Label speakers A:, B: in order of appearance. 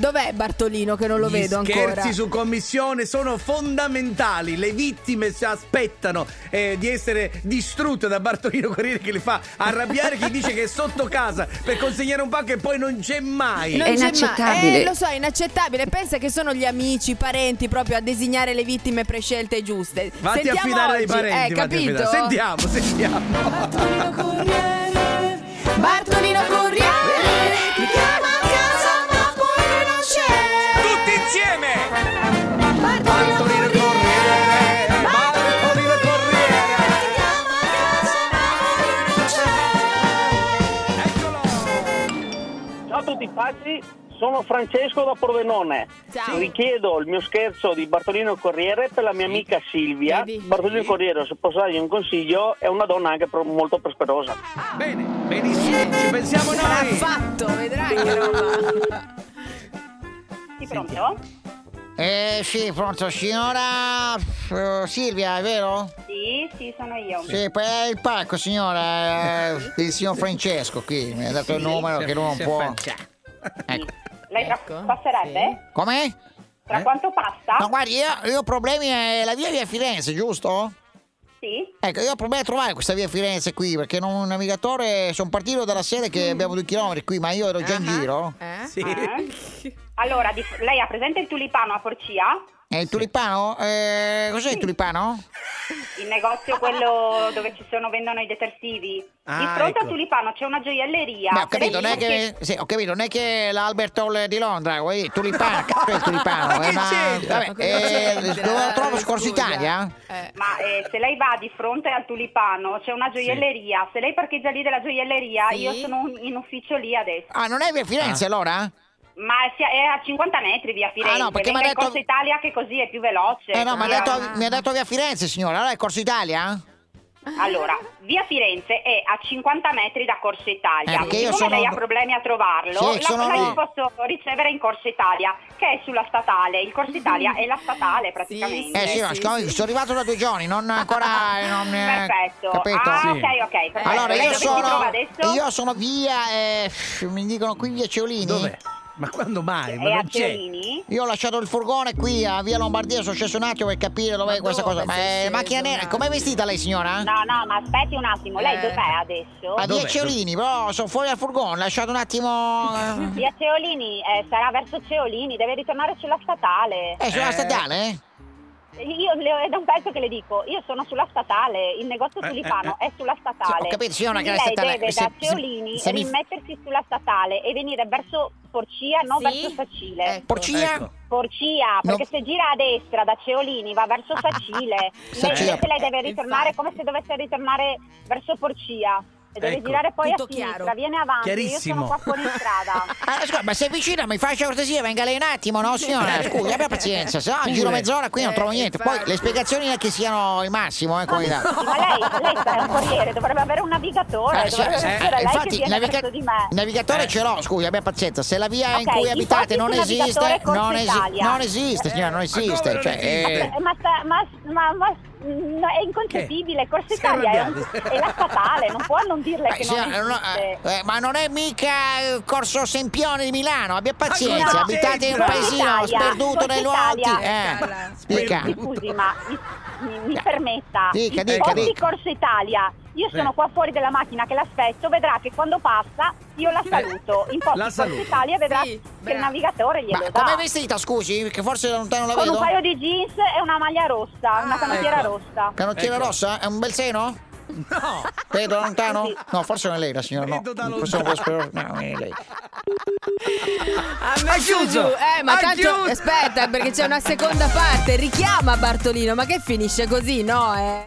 A: Dov'è Bartolino che non lo
B: Gli
A: vedo
B: scherzi
A: ancora?
B: su commissione sono fondamentali. Le vittime si aspettano eh, di essere distrutte da Bartolino Corriere che le fa arrabbiare chi dice che è sotto casa per consegnare un pacco e poi non c'è mai.
A: Non
C: È
A: c'è mai-
C: inaccettabile.
A: Eh, lo so, è inaccettabile. Pensa che sono gli amici, i parenti proprio a designare le vittime prescelte e giuste.
B: Vatti a
A: Sentiamo
B: fidare ai
A: oggi.
B: parenti,
A: eh,
B: vatti a
A: capito?
B: fidare. Sentiamo, sentiamo.
A: Bartolino Corriere mi chiama a casa ma poi non c'è.
B: Tutti insieme!
A: Bartolino
B: Bartolino Corriere! Bartolino Corriere! Eccolo!
D: Ciao a tutti pazzi, sono Francesco da Pordenone.
A: Ciao.
D: Richiedo il mio scherzo di Bartolino Corriere per la mia amica Silvia.
A: Vedi?
D: Bartolino Corriere, se posso dargli un consiglio, è una donna anche pro- molto prosperosa.
B: Bene, benissimo, ci pensiamo
A: L'ha
B: noi!
A: fatto, vedrai che roba.
E: Pronto?
F: Eh sì, pronto, signora eh, Silvia, è vero?
E: Sì, sì, sono io.
F: Sì, poi è il pacco, signora, eh, il signor Francesco qui, mi ha dato il numero che non può. Ecco.
E: Lei tra-
A: Ecco,
E: passerebbe?
F: Com'è?
E: Tra quanto passa?
F: No, guardi, io, io ho problemi, eh, la via via Firenze, giusto?
E: Sì.
F: Ecco, io ho problemi a trovare questa via Firenze qui, perché non un navigatore, sono partito dalla sede che abbiamo due chilometri qui, ma io ero già in giro.
A: Eh?
B: Sì.
E: Eh? Allora, di- lei ha presente il tulipano a Porcia?
F: E il tulipano? Eh, cos'è il tulipano?
E: Il negozio quello dove ci sono vendono i detersivi? di
B: Ah,
E: fronte
B: ecco.
E: al tulipano c'è una gioielleria.
F: Beh, ho capito, non è
E: Lei-
F: che, sì, ho capito, non è che l'Albert Hall di Londra, vuoi dire, tulipano, cazzo è il tulipano,
B: Ma che
F: eh,
B: c'entra?
F: vabbè,
A: Ma cosa c'entra?
F: eh, dove lo trovo, Scorso
A: Scusa.
F: Italia?
A: Eh.
E: Ma eh, se lei va di fronte al tulipano c'è una gioielleria. Se lei parcheggia lì della gioielleria,
A: Sì.
E: io sono un- in ufficio lì adesso.
F: Ah, non è via Firenze allora?
E: Ma è, sia- è a 50 metri via Firenze.
F: Ah, no, perché
E: Venga
F: mi ha
E: in
F: detto-
E: Corso Italia che così è più veloce.
F: Eh no, mi ha,
E: Perché-
F: detto, mi ha detto via Firenze signora, allora è Corso Italia?
E: Allora, via Firenze è a 50 metri da Corso Italia.
F: Eh, perché io
E: Siccome
F: sono-
E: lei ha problemi a trovarlo,
F: Sì,
E: la,
F: sono-
E: la io posso ricevere in Corso Italia, che è sulla statale. Il Corso Italia è la statale praticamente.
F: Eh sì, no,
A: sì,
F: siccome
A: sì.
F: sono arrivato da due giorni, non ancora... eh, non, eh,
E: Perfetto.
F: Capito?
E: Ah,
B: Sì.
E: ok, ok. Perfetto.
F: Allora
E: Lei
F: io
E: dove si trova adesso?
F: sono, io sono via, eh, mi dicono qui via Ceolini.
B: Dov'è? Ma quando mai? Ma
E: È a
B: non c'è.
E: Ciolini.
F: Io ho lasciato il furgone qui a via Lombardia, sono sceso un attimo per capire dov'è
A: Ma
F: questa
A: dove
F: cosa. Ma
A: sei
F: è macchina
A: sceso,
F: nera,
A: dai?
F: com'è vestita lei signora?
E: No, no, ma aspetti un attimo. Lei
A: Eh.
E: dov'è adesso?
F: A
B: Dov'è?
F: via Ceolini, però sono fuori dal furgone, lasciate un attimo. eh.
E: Via Ceolini, eh, sarà verso Ceolini, deve ritornare sulla statale.
F: Eh, sulla
B: Eh.
F: statale? eh?
E: Io le, è da un pezzo che le dico, io sono sulla statale, il negozio
B: Eh,
E: tulipano
B: eh, eh.
E: è sulla statale.
F: Ho capito, signora, che
E: Quindi lei
F: la statale-
E: deve
F: se-
E: da
F: se-
E: Ceolini
F: se mi-
E: rimettersi sulla statale e venire verso Porcia, non
A: Sì?
E: verso Sacile.
A: Ecco.
F: Porcia?
B: Ecco.
E: Porcia, perché
F: No. Ah,
E: se gira a destra da Ceolini va verso Sacile.
F: Sacile.
E: Lei,
F: Eh,
E: invece lei deve ritornare
A: Infatti.
E: come se dovesse ritornare verso Porcia. E deve
B: Ecco.
E: girare poi
A: Tutto
E: a sinistra,
A: chiaro.
E: viene avanti,
B: Chiarissimo.
E: io sono qua fuori strada.
F: Ah, scusa, ma sei vicina, mi faccia cortesia, venga lei un attimo, no signora?
B: Eh,
F: Scusi, abbia pazienza, se no giro mezz'ora qui non
A: Eh,
F: trovo niente. Poi
A: infatti.
F: le spiegazioni non è che siano il massimo, eh, come
B: Ah,
F: dire.
E: Sì, Ma lei, lei sta- è un corriere, dovrebbe avere un navigatore,
F: Eh,
E: dovrebbe
F: sì, eh,
E: essere lei che
F: infatti,
E: viene
F: naviga-
E: verso di me.
F: il navigatore
B: Eh.
F: ce l'ho, scusi, abbia pazienza. Se la via in
E: Ok,
F: cui
E: il
F: abitate
E: posto
F: non
E: sul
F: esiste,
E: navigatore Corso
F: non,
E: Italia.
F: non esiste, signora, non
B: come
F: esiste.
B: non
F: cioè,
B: esiste?
F: eh,
E: Ma, sta- ma, ma, ma- mm, no, è inconcepibile, Corso
B: Si è
E: Italia è, un-
B: arrabbiata.
E: è la statale, non può non dirle
F: Beh,
E: che
F: eh, signora,
E: non
F: no,
E: esiste.
F: eh, eh, ma non è mica eh, Corso Sempione di Milano, abbia pazienza,
B: cosa
F: abitate in un
B: c'entra?
F: paesino
E: Italia,
F: sperduto
E: Corso
F: nei luoghi.
E: Italia.
F: Eh,
A: Eh,
F: spiega.
E: Mi Scusi, ma mi, mi- mi permetta,
F: Dica,
E: il
F: dica,
E: posti
F: dica.
E: Corso Italia, io sono
B: Eh.
E: qua fuori della macchina che l'aspetto, vedrà che quando passa io la saluto. In posti
B: La
E: Corso
B: saluto.
E: Italia vedrà
A: Sì,
E: che il
A: bravo.
E: navigatore glielo
F: Ma
E: dà.
F: com'è vestita, scusi? Che forse da lontano la
E: Con un
F: vedo.
E: paio di jeans e una maglia rossa,
A: Ah,
E: una canottiera
B: ecco.
E: rossa.
F: Canottiera
B: Ecco.
F: rossa? È un bel seno?
B: No!
F: Vedo da lontano?
E: Sì.
F: No, forse non è lei la signora, no.
B: Vedo da
F: Forse non
B: lontano.
F: può- no, non è lei.
A: Ha
B: Ha
A: messo
B: chiuso!
A: giù. Eh, ma
B: Ha
A: tanto
B: chiuso!
A: aspetta, perché c'è una seconda parte. Richiama Bartolino, ma che finisce così, no? Eh?